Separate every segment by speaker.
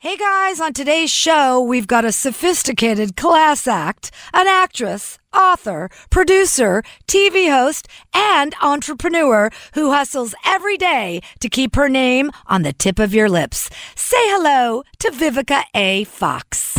Speaker 1: Hey guys, on today's show, we've got a sophisticated class act, an actress, author, producer, TV host, and entrepreneur who hustles every day to keep her name on the tip of your lips. Say hello to Vivica A. Fox.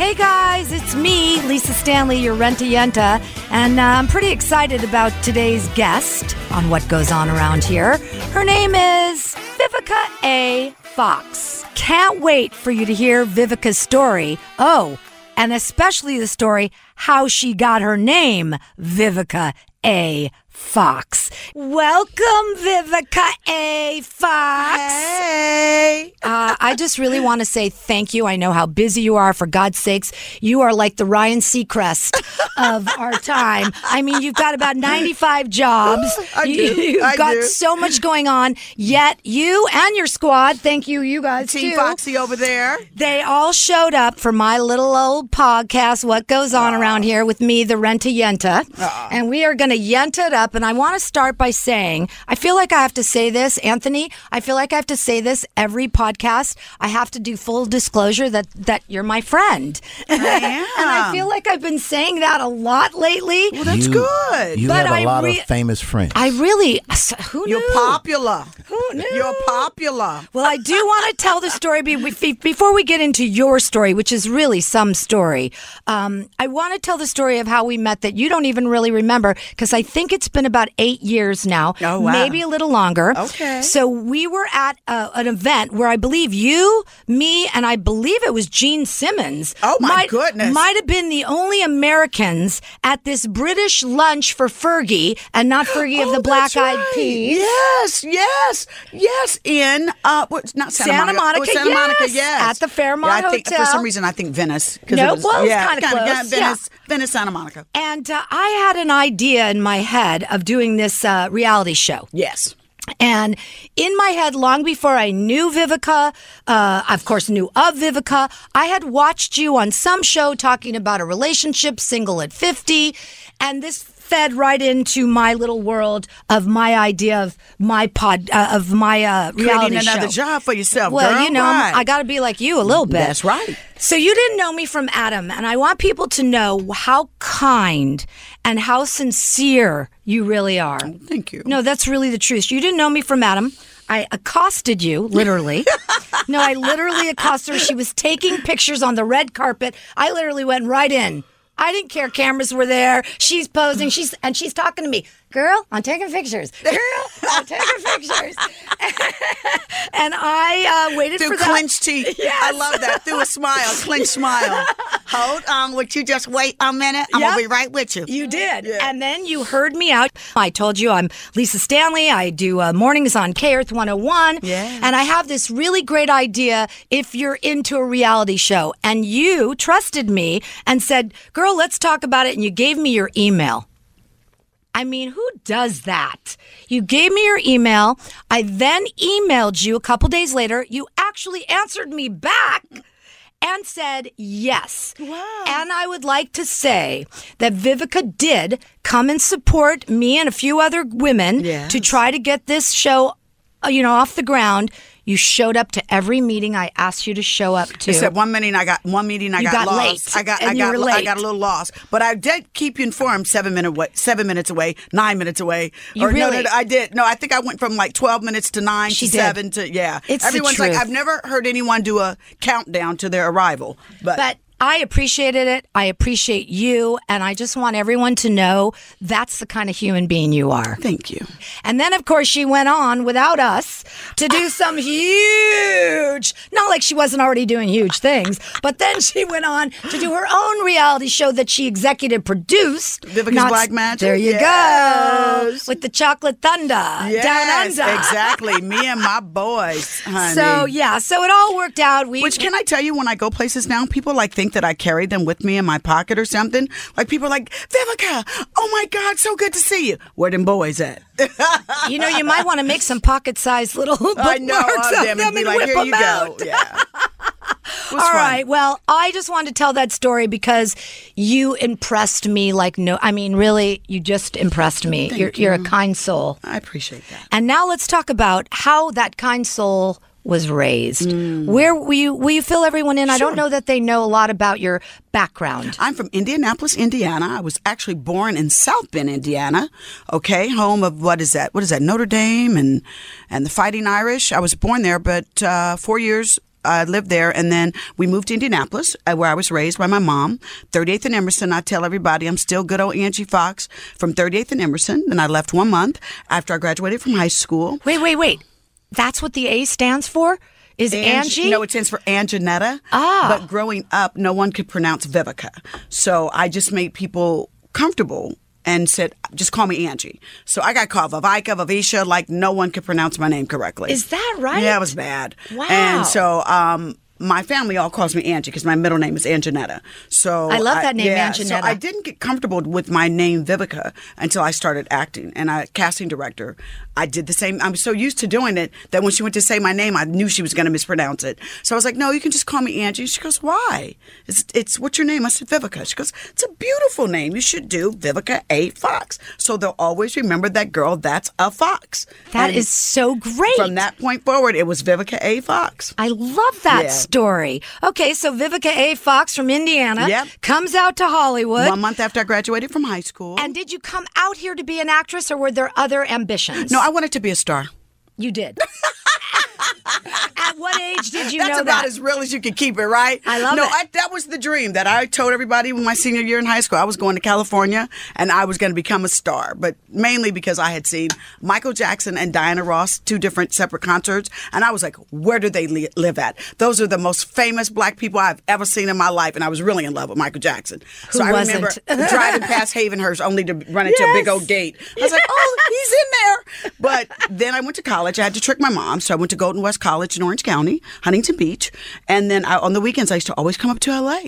Speaker 1: Hey guys, it's me, Lisa Stanley, your Renta Yenta, and uh, I'm pretty excited about today's guest on what goes on around here. Her name is Vivica A. Fox. Can't wait for you to hear Vivica's story. Oh, and especially the story how she got her name, Vivica A. Fox. Welcome, Vivica A. Fox.
Speaker 2: Hey.
Speaker 1: Uh, I just really want to say thank you. I know how busy you are. For God's sakes, you are like the Ryan Seacrest of our time. I mean, you've got about 95 jobs.
Speaker 2: I
Speaker 1: you,
Speaker 2: do.
Speaker 1: You've
Speaker 2: I
Speaker 1: got
Speaker 2: do.
Speaker 1: so much going on. Yet you and your squad, thank you, you guys
Speaker 2: Team
Speaker 1: too.
Speaker 2: Foxy over there.
Speaker 1: They all showed up for my little old podcast, What Goes On Around Here, with me, the Renta Yenta. And we are going to Yenta it up. And I want to start by saying, I feel like I have to say this, Anthony. I feel like I have to say this every podcast. I have to do full disclosure that, that you're my friend. and I
Speaker 2: am.
Speaker 1: feel like I've been saying that a lot lately.
Speaker 2: Well, that's
Speaker 3: You-
Speaker 2: good.
Speaker 3: You
Speaker 1: But
Speaker 3: have a
Speaker 1: I
Speaker 3: lot
Speaker 1: re-
Speaker 3: of famous friends.
Speaker 1: I really, who knew?
Speaker 2: You're popular.
Speaker 1: Who knew?
Speaker 2: You're popular.
Speaker 1: Well, I do want to tell the story be- be- before we get into your story, which is really some story. Um, I want to tell the story of how we met that you don't even really remember because I think it's been about eight years now,
Speaker 2: Oh, wow.
Speaker 1: maybe a little longer.
Speaker 2: Okay.
Speaker 1: So we were at uh an event where I believe you, me, and I believe it was Gene Simmons.
Speaker 2: Oh, my goodness.
Speaker 1: Might have been the only Americans at this British lunch for Fergie and not Fergie of
Speaker 2: Oh,
Speaker 1: the Black
Speaker 2: that's
Speaker 1: Eyed
Speaker 2: right.
Speaker 1: Peas.
Speaker 2: Yes, yes, yes. In uh, what's not Santa,
Speaker 1: Santa
Speaker 2: Monica? Oh,
Speaker 1: Monica,
Speaker 2: Santa Monica,
Speaker 1: yes.
Speaker 2: yes.
Speaker 1: At the Fairmont
Speaker 2: yeah, I think, For
Speaker 1: Hotel.
Speaker 2: some reason, I think Venice. 'cause
Speaker 1: No,
Speaker 2: it was,
Speaker 1: well, it's
Speaker 2: yeah,
Speaker 1: kinda
Speaker 2: kinda-
Speaker 1: close, yeah.
Speaker 2: Venice, Venice, Santa Monica.
Speaker 1: And uh, I had an idea in my head of doing this uh, reality show.
Speaker 2: Yes.
Speaker 1: And in my head, long before I knew Vivica, uh, of course, knew of Vivica, I had watched you on some show talking about a relationship, single at 50. And this fed right into my little world of my idea of my pod, uh, of my uh, reality
Speaker 2: Creating another
Speaker 1: show.
Speaker 2: job for yourself.
Speaker 1: Well,
Speaker 2: girl,
Speaker 1: you know,
Speaker 2: right.
Speaker 1: I got to be like you a little bit.
Speaker 2: That's right.
Speaker 1: So you didn't know me from Adam, and I want people to know how kind and how sincere you really are.
Speaker 2: Thank you.
Speaker 1: No, that's really the truth. You didn't know me from Adam. I accosted you, literally. no, I literally accosted her. She was taking pictures on the red carpet. I literally went right in. I didn't care. Cameras were there. She's posing. She's and she's talking to me. Girl, I'm taking pictures. Girl, I'm taking pictures. and I uh, waited
Speaker 2: Through
Speaker 1: for that.
Speaker 2: clenched teeth. I
Speaker 1: Yes.
Speaker 2: love that. Through a smile, clenched smile. Hold on, would you just wait a minute? I'm
Speaker 1: Yep.
Speaker 2: gonna be right with you.
Speaker 1: You did. And then you heard me out. I told you I'm Lisa Stanley. I do uh, mornings on K Earth 101.
Speaker 2: Yes.
Speaker 1: And I have this really great idea if you're into a reality show. And you trusted me and said, girl, let's talk about it. And you gave me your email. I mean, who does that? You gave me your email. I then emailed you a couple days later. You actually answered me back and said yes. Wow. And I would like to say that Vivica did come and support me and a few other women
Speaker 2: Yes.
Speaker 1: to try to get this show, uh, you know, off the ground. You showed up to every meeting I asked you to show up to.
Speaker 2: Except one meeting I got one meeting I
Speaker 1: You got
Speaker 2: got, lost.
Speaker 1: late,
Speaker 2: I got I
Speaker 1: and you
Speaker 2: got
Speaker 1: were
Speaker 2: lo- I
Speaker 1: late.
Speaker 2: got a little lost. But I did keep you informed seven minute wa- seven minutes away, nine minutes away.
Speaker 1: You
Speaker 2: no, no,
Speaker 1: really-
Speaker 2: no, I did. No, I think I went from like twelve minutes to nine
Speaker 1: She
Speaker 2: to
Speaker 1: did.
Speaker 2: seven to yeah.
Speaker 1: It's the
Speaker 2: Everyone's like
Speaker 1: truth.
Speaker 2: I've never heard anyone do a countdown to their arrival. But,
Speaker 1: But I appreciated it. I appreciate you. And I just want everyone to know that's the kind of human being you are.
Speaker 2: thank you.
Speaker 1: And then, of course, she went on without us to do some huge, not like she wasn't already doing huge things, but then she went on to do her own reality show that she executive produced.
Speaker 2: Vivica's Black Magic?
Speaker 1: There you
Speaker 2: Yes.
Speaker 1: go. With the Chocolate Thunder.
Speaker 2: Yes,
Speaker 1: down under.
Speaker 2: exactly. Me and my boys, honey.
Speaker 1: So, yeah, so it all worked out. We,
Speaker 2: Which can I tell you when I go places now, people like think that I carry them with me in my pocket or something. Like people are like, Vivica, oh my God, so good to see you. Where them boys at?
Speaker 1: you know, you might want to make some pocket sized little bookmarks
Speaker 2: I know
Speaker 1: of them,
Speaker 2: and be
Speaker 1: and
Speaker 2: like,
Speaker 1: whip
Speaker 2: here
Speaker 1: them
Speaker 2: you
Speaker 1: out.
Speaker 2: go. Yeah.
Speaker 1: All right. Well, I just wanted to tell that story because you impressed me like no. I mean, really, you just impressed me. You're, you're a kind soul.
Speaker 2: I appreciate that.
Speaker 1: And now let's talk about how that kind soul was raised.
Speaker 2: Mm.
Speaker 1: Where will you will you fill everyone in? I don't know that they know a lot about your background.
Speaker 2: I'm from Indianapolis, Indiana. I was actually born in South Bend, Indiana. Okay, home of what is that? What is that? Notre Dame and and the Fighting Irish. I was born there, but uh, four years. I lived there, and then we moved to Indianapolis, uh, where I was raised by my mom, 38th and Emerson. I tell everybody I'm still good old Angie Fox from 38th and Emerson. Then I left one month after I graduated from high school.
Speaker 1: Wait, wait, wait. That's what the A stands for? Is Angie?
Speaker 2: No, it stands for Anjanetta. Ah. But growing up, no one could pronounce Vivica. So I just made people comfortable and said, just call me Angie. So I got called Vivica, Vivisha, like no one could pronounce my name correctly.
Speaker 1: Is that right?
Speaker 2: Yeah, it was bad.
Speaker 1: Wow.
Speaker 2: And so, um, my family all calls me Angie because my middle name is Anjanetta. So
Speaker 1: I love that name,
Speaker 2: yeah, So
Speaker 1: Anjanetta.
Speaker 2: I didn't get comfortable with my name Vivica until I started acting and I casting director. I did the same. I'm so used to doing it that when she went to say my name, I knew she was going to mispronounce it. So I was like, "No, you can just call me Angie." She goes, "Why? It's it's what's your name?" I said, "Vivica." She goes, "It's a beautiful name. You should do Vivica A. Fox." So they'll always remember that girl. That's a fox.
Speaker 1: That
Speaker 2: And
Speaker 1: is so great.
Speaker 2: From that point forward, it was Vivica A. Fox.
Speaker 1: I love that
Speaker 2: Yeah.
Speaker 1: story. Okay, so Vivica A. Fox from Indiana
Speaker 2: Yep.
Speaker 1: comes out to Hollywood.
Speaker 2: One month after I graduated from high school.
Speaker 1: and did you come out here to be an actress or were there other ambitions?
Speaker 2: No, I wanted to be a star.
Speaker 1: You did. At what age did you
Speaker 2: That's
Speaker 1: know
Speaker 2: about
Speaker 1: that?
Speaker 2: as real as you can keep it, right?
Speaker 1: I love
Speaker 2: no,
Speaker 1: it.
Speaker 2: I, that was the dream that I told everybody when my senior year in high school. I was going to California and I was going to become a star, but mainly because I had seen Michael Jackson and Diana Ross, two different separate concerts, and I was like, where do they li- live at? Those are the most famous black people I've ever seen in my life, and I was really in love with Michael Jackson.
Speaker 1: Who
Speaker 2: so I remember
Speaker 1: wasn't?
Speaker 2: driving past Havenhurst only to run into a big old gate. I was like, oh, he's in there. But then I went to college. I had to trick my mom. So I went to Golden West College in Orange County, Huntington Beach. And then I, on the weekends, I used to always come up to LA.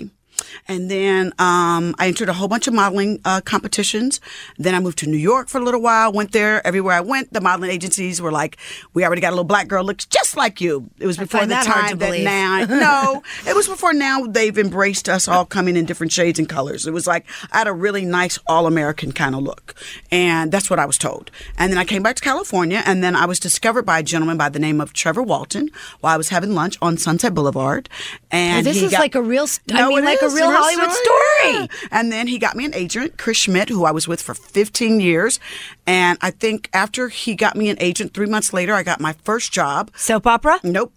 Speaker 2: And then um, I entered a whole bunch of modeling uh, competitions. Then I moved to New York for a little while, went there. Everywhere I went, the modeling agencies were like, we already got a little black girl, looks just like you. It was before
Speaker 1: find
Speaker 2: the
Speaker 1: that hard to
Speaker 2: time that
Speaker 1: believe.
Speaker 2: now I- no, it was before now they've embraced us all coming in different shades and colors. It was like I had a really nice all American kind of look. And that's what I was told. And then I came back to California and then I was discovered by a gentleman by the name of Trevor Walton while I was having lunch on Sunset Boulevard. And
Speaker 1: Well, this
Speaker 2: he
Speaker 1: is
Speaker 2: got-
Speaker 1: like a real st- I mean,
Speaker 2: it
Speaker 1: like a
Speaker 2: is
Speaker 1: real Hollywood story.
Speaker 2: yeah. And then he got me an agent, Chris Schmidt, who I was with for 15 years. And I think after he got me an agent, three months later, I got my first job.
Speaker 1: Soap opera?
Speaker 2: Nope.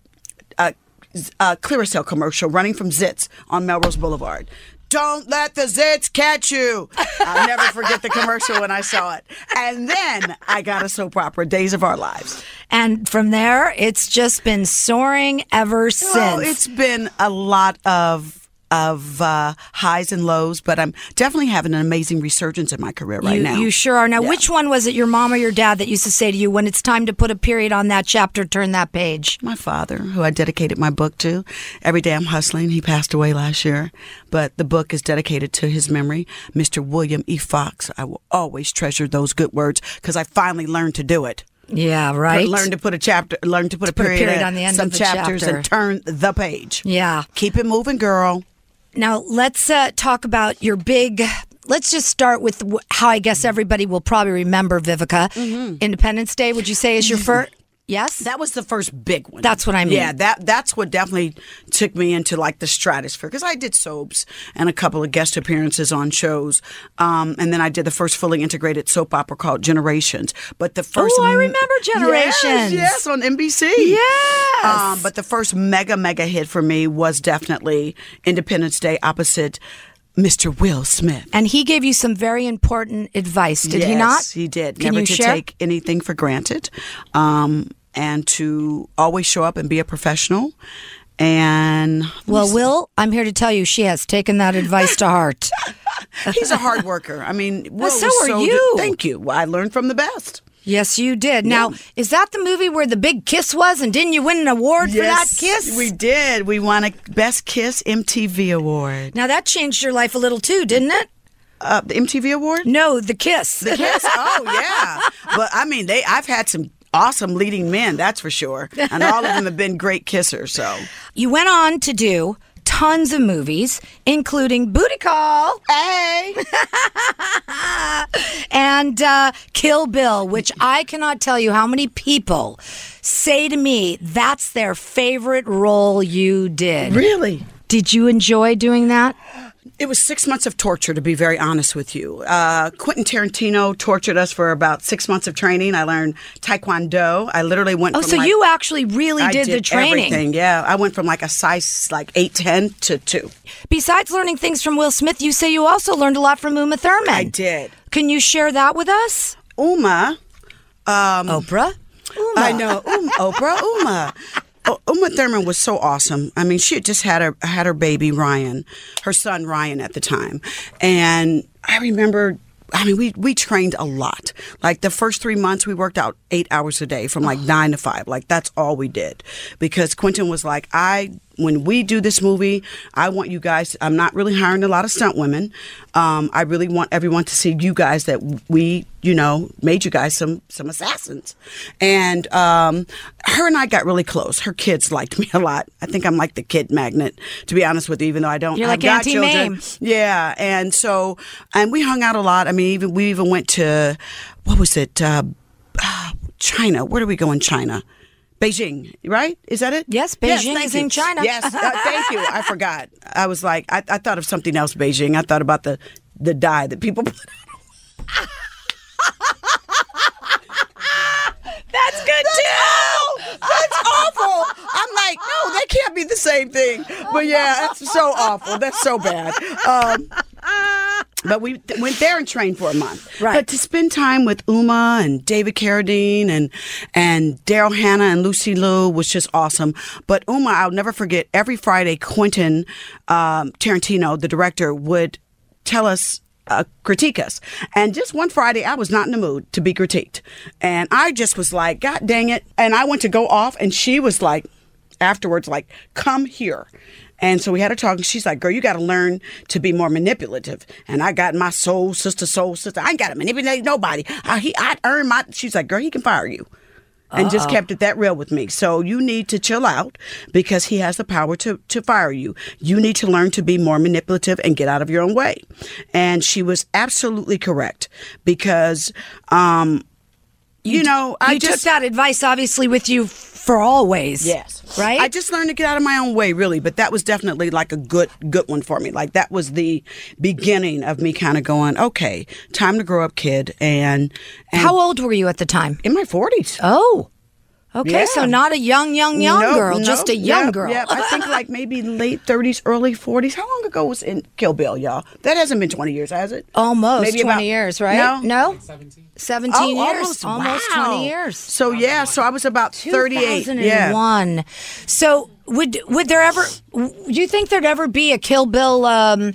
Speaker 2: Uh, z- uh, Clearasil commercial running from Zits on Melrose Boulevard. Don't let the zits catch you. I'll never forget the commercial when I saw it. And then I got a soap opera, Days of Our Lives.
Speaker 1: And from there, it's just been soaring ever since.
Speaker 2: Well, it's been a lot of of uh, highs and lows, but I'm definitely having an amazing resurgence in my career right
Speaker 1: you,
Speaker 2: now.
Speaker 1: you sure are. Now, which one was it, your mom or your dad, that used to say to you, when it's time to put a period on that chapter, turn that page?
Speaker 2: my father, who I dedicated my book to. Every day I'm hustling. He passed away last year, but the book is dedicated to his memory, Mr. William E. Fox. I will always treasure those good words because I finally learned to do it.
Speaker 1: Yeah, right?
Speaker 2: Learn to put a chapter, learn to put, a,
Speaker 1: put a
Speaker 2: period
Speaker 1: period
Speaker 2: at
Speaker 1: on the end
Speaker 2: some
Speaker 1: of the
Speaker 2: chapters and
Speaker 1: chapter.
Speaker 2: turn the page.
Speaker 1: Yeah.
Speaker 2: Keep it moving, girl.
Speaker 1: Now, let's uh, talk about your big. Let's just start with wh- how I guess everybody will probably remember Vivica. Independence Day, would you say, is your first? Yes?
Speaker 2: Mm-hmm. That was the first big one.
Speaker 1: That's what I mean.
Speaker 2: Yeah, that that's what definitely took me into like the stratosphere because I did soaps and a couple of guest appearances on shows, um, and then I did the first fully integrated soap opera called Generations. But the first,
Speaker 1: I
Speaker 2: m-
Speaker 1: remember Generations.
Speaker 2: Yes, yes, on NBC.
Speaker 1: Yes.
Speaker 2: Um, but the first mega mega hit for me was definitely Independence Day opposite Mr. Will Smith.
Speaker 1: And he gave you some very important advice, did he
Speaker 2: Yes,
Speaker 1: not?
Speaker 2: He did.
Speaker 1: Can
Speaker 2: Never
Speaker 1: you
Speaker 2: to
Speaker 1: share?
Speaker 2: take anything for granted, um, and to always show up and be a professional. And
Speaker 1: Well, Will, I'm here to tell you she has taken that advice to heart.
Speaker 2: he's a hard worker. I mean, Will
Speaker 1: so
Speaker 2: was
Speaker 1: are
Speaker 2: so
Speaker 1: you.
Speaker 2: thank you. Well, I learned from the best.
Speaker 1: Yes, you did. Now, is that the movie where the big kiss was, and didn't you win an award for that kiss?
Speaker 2: we did. We won a Best Kiss MTV award.
Speaker 1: now that changed your life a little too, didn't it?
Speaker 2: Uh, the MTV award.
Speaker 1: No, the kiss.
Speaker 2: The kiss. oh yeah. But I mean, they. I've had some awesome leading men, that's for sure. And all of them have been great kissers. So
Speaker 1: You went on to do tons of movies, including Booty Call
Speaker 2: hey,
Speaker 1: and uh, Kill Bill, which I cannot tell you how many people say to me that's their favorite role you did.
Speaker 2: really?
Speaker 1: Did you enjoy doing that?
Speaker 2: It was six months of torture, to be very honest with you. Uh, Quentin Tarantino tortured us for about six months of training. I learned Taekwondo. I literally went.
Speaker 1: Oh,
Speaker 2: from
Speaker 1: so
Speaker 2: like-
Speaker 1: you actually really
Speaker 2: I
Speaker 1: did, the training.
Speaker 2: Everything. Yeah, I went from like a size like eight ten to two.
Speaker 1: Besides learning things from Will Smith, you say you also learned a lot from Uma Thurman.
Speaker 2: I did.
Speaker 1: Can you share that with us?
Speaker 2: Uma, um,
Speaker 1: Oprah? Uma.
Speaker 2: I know Uma, Oprah Uma. O- Uma Thurman was so awesome. I mean, she had just had her had her baby Ryan, her son Ryan at the time, and I remember. I mean, we we trained a lot. Like the first three months, we worked out eight hours a day from like nine to five. Like that's all we did, because Quentin was like, I when we do this movie, I want you guys. I'm not really hiring a lot of stunt women. Um, I really want everyone to see you guys that we, you know, made you guys some some assassins. And um, her and I got really close. Her kids liked me a lot. I think I'm like the kid magnet, to be honest with you. Even though I don't,
Speaker 1: You're
Speaker 2: I've
Speaker 1: like
Speaker 2: got
Speaker 1: Auntie
Speaker 2: children.
Speaker 1: Mame.
Speaker 2: Yeah, and so and we hung out a lot. I mean, even we even went to what was it? Uh, China. Where do we go in China? Beijing, right? Is that it?
Speaker 1: Yes, Beijing
Speaker 2: thank
Speaker 1: is in
Speaker 2: you.
Speaker 1: China.
Speaker 2: Yes, uh, thank you. I forgot. I was like, I, I thought of something else. Beijing. I thought about the the dye that people put.
Speaker 1: That's good too.
Speaker 2: That's Ah, awful. I'm like, no, that can't be the same thing. But yeah, that's so awful. That's so bad. Um, but we th- went there and trained for a month.
Speaker 1: Right.
Speaker 2: But to spend time with Uma and David Carradine and and Daryl Hannah and Lucy Liu was just awesome. But Uma, I'll never forget. Every Friday, Quentin um, Tarantino, the director, would tell us. Uh, critique us. And just one Friday, I was not in the mood to be critiqued. And I just was like, God dang it. And I went to go off, and she was like, afterwards, like, come here. And so we had a talk, and she's like, Girl, you got to learn to be more manipulative. And I got my soul sister, soul sister. I ain't got to manipulate nobody. I, he, I earned my. She's like, Girl, he can fire you. And just kept it that real with me. So you need to chill out because he has the power to, to fire you. You need to learn to be more manipulative and get out of your own way. And she was absolutely correct because, um, you, know, I
Speaker 1: you
Speaker 2: just
Speaker 1: took that advice obviously with you f- for always.
Speaker 2: Yes.
Speaker 1: Right?
Speaker 2: I just learned to get out of my own way, really. But that was definitely like a good, good one for me. Like that was the beginning of me kind of going, okay, time to grow up, kid. And, and
Speaker 1: How old were you at the time?
Speaker 2: in my forties.
Speaker 1: Oh. Okay,
Speaker 2: Yeah.
Speaker 1: so not a young, young, young girl, just a young girl. Uh,
Speaker 2: Yeah, I think like maybe late 30s, early 40s. How long ago was in Kill Bill, y'all? That hasn't been 20 years, has it?
Speaker 1: Almost
Speaker 2: Maybe
Speaker 1: 20
Speaker 2: about-
Speaker 1: years, right?
Speaker 2: No,
Speaker 1: No? 17. 17
Speaker 2: Oh,
Speaker 1: years.
Speaker 2: almost, wow.
Speaker 1: 20 years.
Speaker 2: So yeah, so I was about 38. Yeah.
Speaker 1: 2001. So would would there ever? Do you think there'd ever be a Kill Bill um,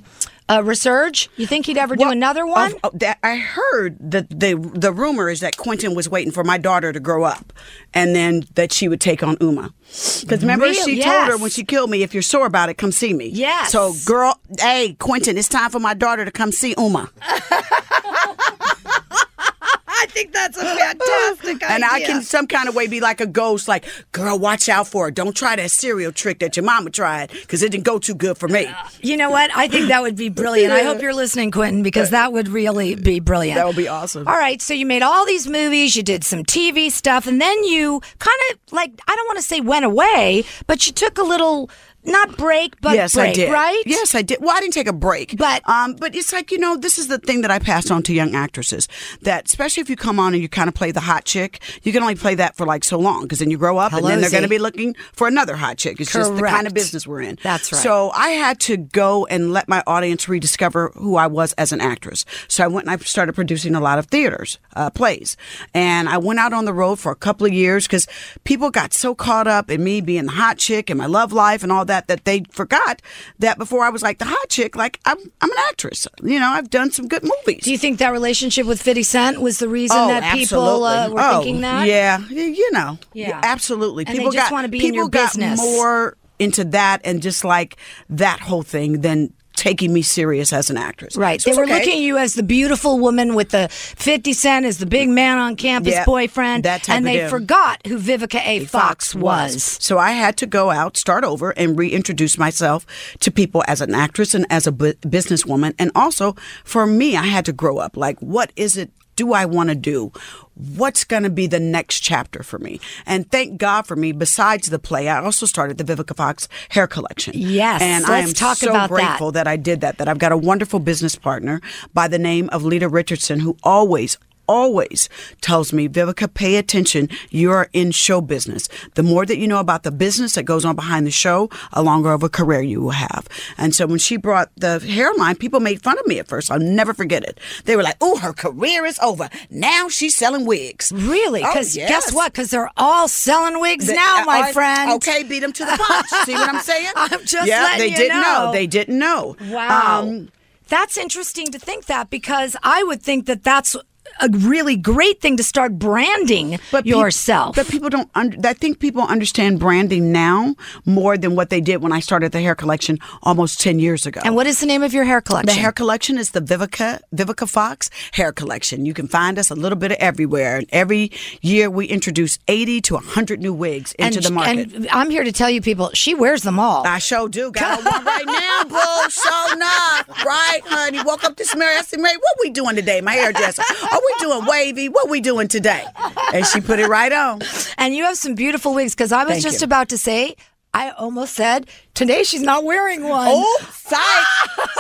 Speaker 1: uh, resurge? You think he'd ever do
Speaker 2: Well,
Speaker 1: another one?
Speaker 2: of- of that I heard that the the rumor is that Quentin was waiting for my daughter to grow up, and then that she would take on Uma. Because remember,
Speaker 1: Really?
Speaker 2: she told her
Speaker 1: Yes.
Speaker 2: when she killed me, if you're sore about it, come see me.
Speaker 1: Yes.
Speaker 2: So, girl, hey, Quentin, it's time for my daughter to come see Uma.
Speaker 1: Oh, I think that's a fantastic
Speaker 2: And I can some kind of way be like a ghost, like, girl, watch out for her. Don't try that cereal trick that your mama tried, because it didn't go too good for me.
Speaker 1: You know what? I think that would be brilliant. I hope you're listening, Quentin, because that would really be brilliant.
Speaker 2: That would be awesome.
Speaker 1: All right, so you made all these movies, you did some TV stuff, and then you kind of like I don't want to say went away, but you took a little not break, but
Speaker 2: yes,
Speaker 1: break,
Speaker 2: I did.
Speaker 1: right?
Speaker 2: Yes, I did. Well, I didn't take a break,
Speaker 1: But-
Speaker 2: um, but it's like you know, this is the thing that I pass on to young actresses that especially if you come on and you kind of play the hot chick, you can only play that for like so long because then you grow up and then they're
Speaker 1: Hello-zy.
Speaker 2: going to be looking for another hot chick. It's just the kind
Speaker 1: Correct.
Speaker 2: of business we're in.
Speaker 1: That's right.
Speaker 2: So I had to go and let my audience rediscover who I was as an actress. So I went and I started producing a lot of theaters uh, plays, and I went out on the road for a couple of years because people got so caught up in me being the hot chick and my love life and all that that they forgot that before I was like the hot chick, like I'm I'm an actress. You know, I've done some good movies.
Speaker 1: Do you think that relationship with 50 Cent was the reason
Speaker 2: Oh,
Speaker 1: that people uh,
Speaker 2: absolutely.
Speaker 1: were
Speaker 2: oh,
Speaker 1: thinking that?
Speaker 2: Yeah, y- you know.
Speaker 1: Yeah.
Speaker 2: Absolutely.
Speaker 1: And they
Speaker 2: people
Speaker 1: just
Speaker 2: got
Speaker 1: wanna be in
Speaker 2: people
Speaker 1: your
Speaker 2: got
Speaker 1: business.
Speaker 2: more into that and just like that whole thing than taking me serious as an actress.
Speaker 1: Right.
Speaker 2: So
Speaker 1: they
Speaker 2: it's
Speaker 1: were
Speaker 2: okay.
Speaker 1: looking at you as the beautiful woman with the 50 Cent as the big man on campus
Speaker 2: Yeah,
Speaker 1: boyfriend.
Speaker 2: that type
Speaker 1: and
Speaker 2: of
Speaker 1: they
Speaker 2: dude.
Speaker 1: forgot who Vivica A. Fox, was.
Speaker 2: So I had to go out, start over, and reintroduce myself to people as an actress and as a bu- businesswoman. And also for me, I had to grow up. Like, what is it? Do I want to do? What's going to be the next chapter for me? And thank God for me. Besides the play, I also started the Vivica Fox hair collection.
Speaker 1: Yes,
Speaker 2: and I
Speaker 1: let's
Speaker 2: am
Speaker 1: talk
Speaker 2: so
Speaker 1: about that.
Speaker 2: grateful that I did that. That I've got a wonderful business partner by the name of Lita Richardson, who always always tells me, Vivica, pay attention. You're in show business. The more that you know about the business that goes on behind the show, a longer of a career you will have. And so when she brought the hairline, people made fun of me at first. I'll never forget it. They were like, oh, her career is over. Now she's selling wigs.
Speaker 1: Really?
Speaker 2: Oh,
Speaker 1: Because
Speaker 2: yes. uh,
Speaker 1: guess what? Because they're all selling wigs
Speaker 2: They-
Speaker 1: now, my
Speaker 2: I-
Speaker 1: friend.
Speaker 2: Okay, beat them to the punch. See what I'm saying?
Speaker 1: I'm just
Speaker 2: yeah,
Speaker 1: letting
Speaker 2: they
Speaker 1: you
Speaker 2: didn't know.
Speaker 1: know.
Speaker 2: They didn't know.
Speaker 1: Wow.
Speaker 2: Um,
Speaker 1: that's interesting to think that because I would think that that's a really great thing to start branding
Speaker 2: pe-
Speaker 1: yourself.
Speaker 2: but people don't. Under, I think people understand branding now more than what they did when I started the hair collection almost ten years ago.
Speaker 1: and what is the name of your hair
Speaker 2: the
Speaker 1: collection?
Speaker 2: hair collection is the Vivica Vivica Fox hair collection. You can find us a little bit of everywhere, and every year we introduce eighty to hundred new wigs into the market. Uh,
Speaker 1: And I'm here to tell you people, she wears them all.
Speaker 2: I sure do. Got on one right now, boo. Sure enough. Right, honey. Woke up this morning. I said, Mary, what we doing today? My hairdresser. Are we doing wavy? What we doing today? And she put it right on.
Speaker 1: And you have some beautiful wigs because I was
Speaker 2: Thank
Speaker 1: just
Speaker 2: you.
Speaker 1: about to say, I almost said, today she's not wearing one.
Speaker 2: Oh, psych.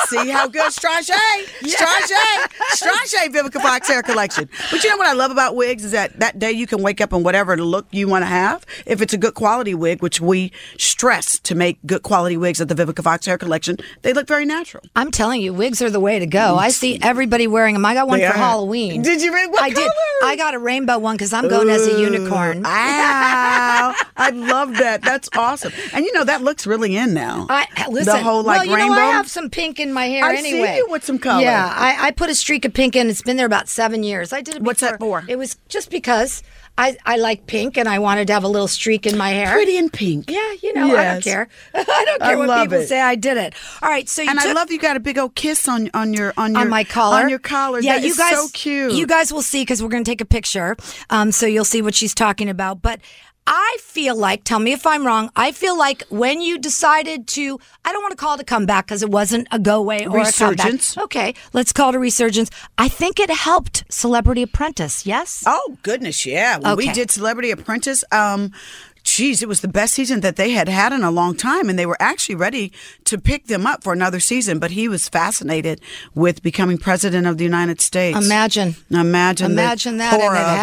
Speaker 2: See how good Strange, Strange, Strange Vivica Fox hair collection. But you know what I love about wigs is that that day you can wake up and whatever look you want to have, if it's a good quality wig, which we stress to make good quality wigs at the Vivica Fox hair collection, they look very natural.
Speaker 1: I'm telling you, wigs are the way to go. I see everybody wearing them. I got one
Speaker 2: They
Speaker 1: for
Speaker 2: are.
Speaker 1: Halloween.
Speaker 2: Did you really? What
Speaker 1: I did.
Speaker 2: color?
Speaker 1: I got a rainbow one because I'm going as a unicorn.
Speaker 2: Wow. I love that. That's awesome. And you know, that looks really in now.
Speaker 1: I listen.
Speaker 2: the whole like
Speaker 1: well, you
Speaker 2: rainbow.
Speaker 1: know, I have some pink in my hair
Speaker 2: I see
Speaker 1: anyway.
Speaker 2: you with some color.
Speaker 1: Yeah, I, I put a streak of pink in. It's been there about seven years. I did it.
Speaker 2: What's that
Speaker 1: before.
Speaker 2: for?
Speaker 1: It was just because I I like pink and I wanted to have a little streak in my hair.
Speaker 2: Pretty in pink.
Speaker 1: Yeah, you know, I don't
Speaker 2: Yes.
Speaker 1: care. I don't
Speaker 2: I
Speaker 1: care what
Speaker 2: love
Speaker 1: people
Speaker 2: it.
Speaker 1: say. I did it. All right, so you
Speaker 2: And
Speaker 1: took,
Speaker 2: I love you got a big old kiss on on your on your
Speaker 1: on my collar.
Speaker 2: on your collar.
Speaker 1: Yeah,
Speaker 2: That
Speaker 1: you
Speaker 2: is
Speaker 1: guys.
Speaker 2: so cute.
Speaker 1: You guys will see because we're going to take a picture, um, so you'll see what she's talking about. But I feel like, tell me if I'm wrong. I feel like when you decided to, I don't want to call it a comeback because it wasn't a go away or
Speaker 2: Resurgence.
Speaker 1: a comeback. Okay, let's call it a resurgence. I think it helped Celebrity Apprentice. Yes.
Speaker 2: Oh goodness, yeah. When we
Speaker 1: Okay.
Speaker 2: did Celebrity Apprentice, um, geez, it was the best season that they had had in a long time, and they were actually ready to pick them up for another season. But he was fascinated with becoming president of the United States.
Speaker 1: Imagine.
Speaker 2: imagine, the
Speaker 1: Imagine that, and it
Speaker 2: horror of all.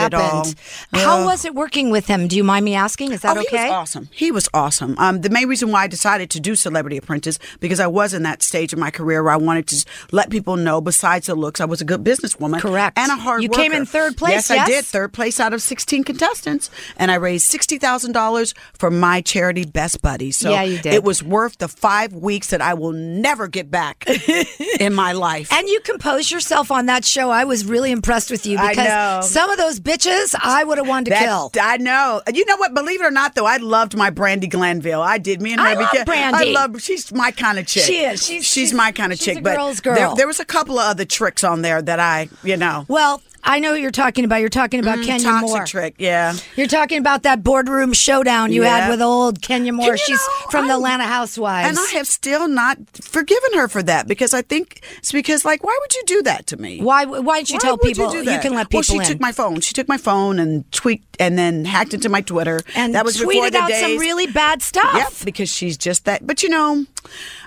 Speaker 1: happened.
Speaker 2: Yeah.
Speaker 1: How was it working with him? Do you mind me asking? Is that
Speaker 2: oh,
Speaker 1: okay?
Speaker 2: He was awesome. He was awesome. Um, the main reason why I decided to do Celebrity Apprentice because I was in that stage of my career where I wanted to let people know. Besides the looks, I was a good businesswoman,
Speaker 1: Correct.
Speaker 2: and a hard.
Speaker 1: You
Speaker 2: worker.
Speaker 1: came in third place,
Speaker 2: Yes,
Speaker 1: yes?
Speaker 2: I did third place out of sixteen contestants, and I raised sixty thousand dollars for my charity, Best Buddies. So
Speaker 1: Yeah, you did.
Speaker 2: It was worth the five weeks that I will never get back in my life.
Speaker 1: And you composed yourself on that show. I was really impressed with you
Speaker 2: I know.
Speaker 1: because some of those bitches I would have wanted to
Speaker 2: That-
Speaker 1: kill.
Speaker 2: I know. You know what? Believe it or not, though, I loved my Brandy Glanville. I did. Me and her.
Speaker 1: I love
Speaker 2: became-
Speaker 1: Brandy.
Speaker 2: I love. She's my kind of chick.
Speaker 1: She is. She's- she's-
Speaker 2: my kind of
Speaker 1: she's
Speaker 2: chick.
Speaker 1: a
Speaker 2: but
Speaker 1: girl's
Speaker 2: there-
Speaker 1: girl.
Speaker 2: There, was a couple of other tricks on there that I, you know,
Speaker 1: Well, I know who you're talking about. You're talking about Kenya
Speaker 2: Mm, toxic
Speaker 1: Moore.
Speaker 2: trick. Yeah.
Speaker 1: You're talking about that boardroom showdown you had
Speaker 2: Yeah.
Speaker 1: with old Kenya Moore.
Speaker 2: you
Speaker 1: She's
Speaker 2: know,
Speaker 1: from the
Speaker 2: I'm-
Speaker 1: Atlanta Housewives.
Speaker 2: And I have still not forgiven her for that because I think it's because like why would you do that to me?
Speaker 1: why? Why don't you
Speaker 2: Why
Speaker 1: tell
Speaker 2: would
Speaker 1: people
Speaker 2: do that?
Speaker 1: can let people
Speaker 2: Well, she
Speaker 1: in?
Speaker 2: took my phone. She took my phone and tweaked and then hacked into my Twitter.
Speaker 1: and
Speaker 2: that was before
Speaker 1: tweeted
Speaker 2: the
Speaker 1: out some
Speaker 2: days-
Speaker 1: really bad stuff.
Speaker 2: Yep, because she's just that. But you know,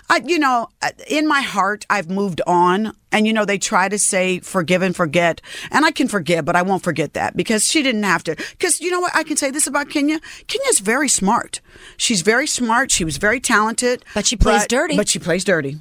Speaker 2: I you know, uh, in my heart, I've moved on, and you know, they try to say forgive and forget, and I can forgive, but I won't forget that because she didn't have to. Because you know what, I can say this about Kenya: Kenya's very smart. She's very smart. She was very talented,
Speaker 1: But she plays dirty.
Speaker 2: But she plays dirty.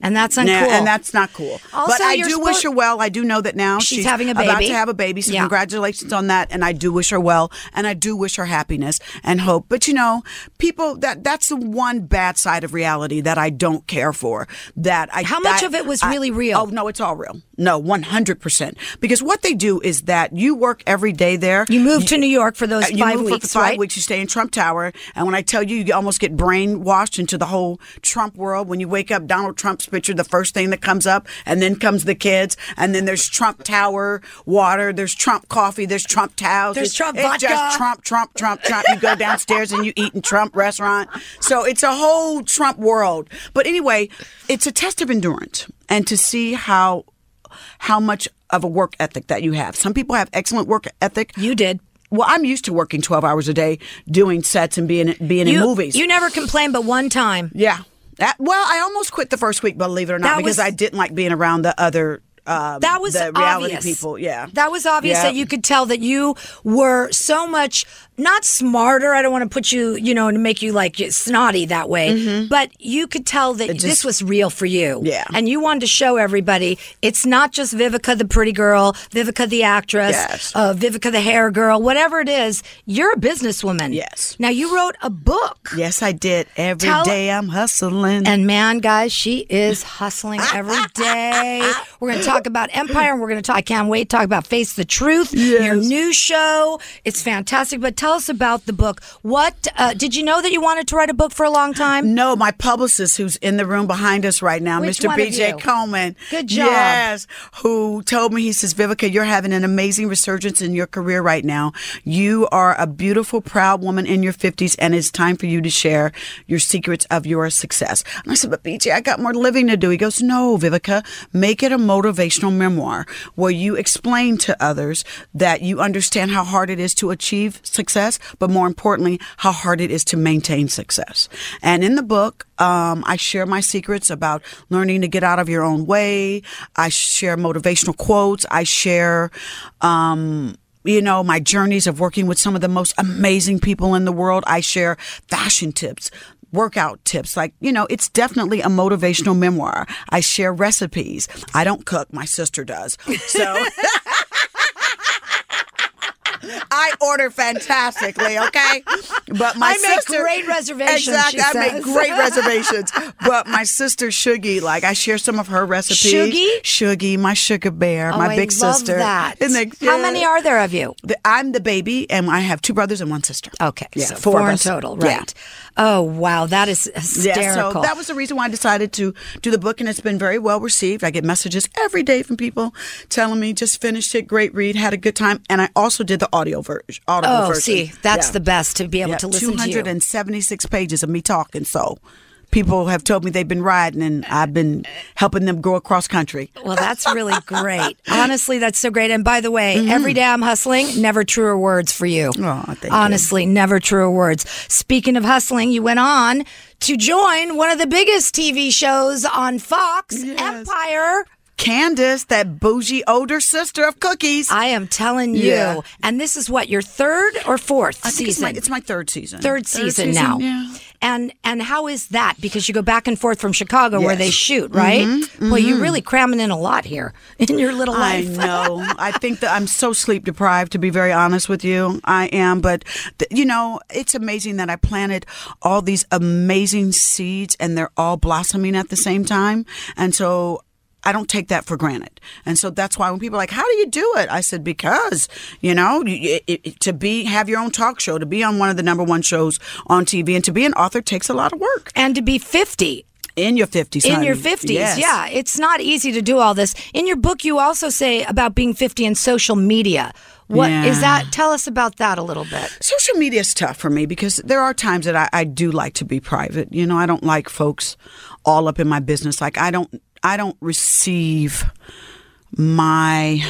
Speaker 1: and that's uncool.
Speaker 2: Yeah, and that's not cool. but
Speaker 1: Also,
Speaker 2: I do
Speaker 1: you're
Speaker 2: wish
Speaker 1: suppo-
Speaker 2: her well. I do know that now
Speaker 1: She's having a
Speaker 2: about
Speaker 1: baby.
Speaker 2: to have a baby. So
Speaker 1: Yeah.
Speaker 2: congratulations on that. And I do wish her well. And I do wish her happiness and hope. But you know, people that that's the one bad side of reality that I don't care for. That I
Speaker 1: How much
Speaker 2: I-
Speaker 1: of it was
Speaker 2: I-
Speaker 1: really real?
Speaker 2: Oh no, it's all real. No, one hundred percent. Because what they do is that you work every day there.
Speaker 1: you moved to New York for those
Speaker 2: Uh, You
Speaker 1: five
Speaker 2: move
Speaker 1: weeks,
Speaker 2: for five
Speaker 1: right?
Speaker 2: weeks. You stay in Trump Tower, and when I tell you, you almost get brainwashed into the whole Trump world. When you wake up, Donald Trump Trump's picture, the first thing that comes up, and then comes the kids, and then there's Trump Tower water, there's Trump coffee, there's Trump towels,
Speaker 1: There's
Speaker 2: It's-
Speaker 1: Trump
Speaker 2: it's
Speaker 1: vodka.
Speaker 2: just Trump, Trump, Trump, Trump. You go downstairs and you eat in Trump restaurant. So it's a whole Trump world. But anyway, it's a test of endurance and to see how how much of a work ethic that you have. Some people have excellent work ethic.
Speaker 1: You did.
Speaker 2: Well, I'm used to working 12 hours a day doing sets and being being
Speaker 1: you,
Speaker 2: in movies.
Speaker 1: You never complained but one time.
Speaker 2: yeah. That, well, I almost quit the first week, believe it or not,
Speaker 1: That
Speaker 2: because
Speaker 1: was-
Speaker 2: I didn't like being around the other um,
Speaker 1: That was
Speaker 2: the reality
Speaker 1: obvious.
Speaker 2: people. Yeah.
Speaker 1: That was obvious
Speaker 2: Yeah.
Speaker 1: that you could tell that you were so much not smarter. I don't want to put you, you know, to make you like snotty that way, but you could tell that this was real for you.
Speaker 2: Mm-hmm. Yeah.
Speaker 1: And you wanted to show everybody it's not just Vivica the pretty girl, Vivica the actress,
Speaker 2: Yes.
Speaker 1: uh, Vivica the hair girl, whatever it is, you're a businesswoman.
Speaker 2: Yes.
Speaker 1: Now you wrote a book.
Speaker 2: Yes, I did. Every
Speaker 1: Tell-
Speaker 2: day I'm hustling.
Speaker 1: And man, guys, she is hustling every day. We're going to talk about Empire, and we're going to talk. I can't wait to talk about Face the Truth, your new show. It's fantastic. But tell us about the book. What uh, did you know that you wanted to write a book for a long time?
Speaker 2: No, my publicist, who's in the room behind us right now,
Speaker 1: Which
Speaker 2: Mr.
Speaker 1: one of
Speaker 2: BJ
Speaker 1: you?
Speaker 2: Coleman.
Speaker 1: Good job.
Speaker 2: Yes, who told me, he says, Vivica, you're having an amazing resurgence in your career right now. You are a beautiful, proud woman in your 50s, and it's time for you to share your secrets of your success. And I said, But BJ, I got more living to do. He goes, No, Vivica, make it a motivational memoir where you explain to others that you understand how hard it is to achieve success, but more importantly, how hard it is to maintain success. And in the book, um, I share my secrets about learning to get out of your own way. I share motivational quotes. I share, um, you know, my journeys of working with some of the most amazing people in the world. I share fashion tips, workout tips. Like, you know, it's definitely a motivational memoir. I share recipes. I don't cook, my sister does. So. I order fantastically, okay? But my
Speaker 1: I make
Speaker 2: sister
Speaker 1: great reservations, she
Speaker 2: Exactly, I
Speaker 1: says.
Speaker 2: make great reservations. But my sister Shuggy, like I share some of her recipes.
Speaker 1: Shuggy?
Speaker 2: Shuggy, my sugar bear,
Speaker 1: Oh,
Speaker 2: my
Speaker 1: I
Speaker 2: big
Speaker 1: love
Speaker 2: sister.
Speaker 1: That.
Speaker 2: Isn't that
Speaker 1: How
Speaker 2: cute?
Speaker 1: many are there of you?
Speaker 2: The- I'm the baby, and I have two brothers and one sister.
Speaker 1: Okay,
Speaker 2: Yeah,
Speaker 1: so
Speaker 2: four of
Speaker 1: in
Speaker 2: us.
Speaker 1: total,
Speaker 2: Yeah.
Speaker 1: right? Oh wow, that is hysterical.
Speaker 2: Yeah, so that was the reason why I decided to do the book, and it's been very well received. I get messages every day from people telling me just finished it, great read, had a good time, and I also did the audio version. Audible
Speaker 1: oh,
Speaker 2: version.
Speaker 1: see, that's
Speaker 2: Yeah.
Speaker 1: the best to be able
Speaker 2: Yeah,
Speaker 1: to listen to you.
Speaker 2: 276 pages of me talking. So people have told me they've been riding and I've been helping them go across country.
Speaker 1: Well, that's really great. Honestly, that's so great. And by the way, every day I'm hustling, never truer words for you.
Speaker 2: Mm-hmm. Aw, thank you.
Speaker 1: Honestly, never truer words. Speaking of hustling, you went on to join one of the biggest TV shows on Fox, Empire.
Speaker 2: Candace, that bougie older sister of cookies.
Speaker 1: I am telling you.
Speaker 2: Yeah.
Speaker 1: And this is what, your third or fourth
Speaker 2: I think it's
Speaker 1: season?
Speaker 2: my, it's my third season.
Speaker 1: third season, now.
Speaker 2: yeah.
Speaker 1: And and how is that? Because you go back and forth from Chicago where
Speaker 2: Yes. Mm-hmm.
Speaker 1: they shoot, right? Well, you're really cramming in a lot here in your little
Speaker 2: I
Speaker 1: life.
Speaker 2: know. I think that I'm so sleep deprived, to be very honest with you. I am. But, th- you know, it's amazing that I planted all these amazing seeds and they're all blossoming at the same time. And so. I don't take that for granted. And so that's why when people are like, how do you do it? I said, because, you know, you, it, it, to be, have your own talk show, to be on one of the number one shows on TV and to be an author takes a lot of work
Speaker 1: And to be 50,
Speaker 2: in your 50s.
Speaker 1: in
Speaker 2: honey.
Speaker 1: your 50s
Speaker 2: Yes.
Speaker 1: yeah it's not easy to do all this in your book you also say about being 50 and social media What is
Speaker 2: Yeah.
Speaker 1: that tell us about that a little bit
Speaker 2: social media is tough for me because there are times that I, I do like to be private. You know, I don't like folks all up in my business. Like I don't I don't receive my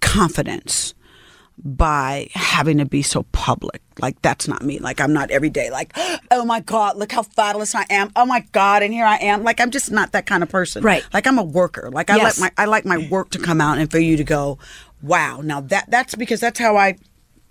Speaker 2: confidence by having to be so public. Like that's not me. Like I'm not every day like, oh my God, look how fabulous I am. Oh my God, and here I am. Like I'm just not that kind of person.
Speaker 1: Right.
Speaker 2: Like I'm a worker. Like I
Speaker 1: Yes.
Speaker 2: like my I like my work to come out and for you to go, wow. Now that that's because that's how I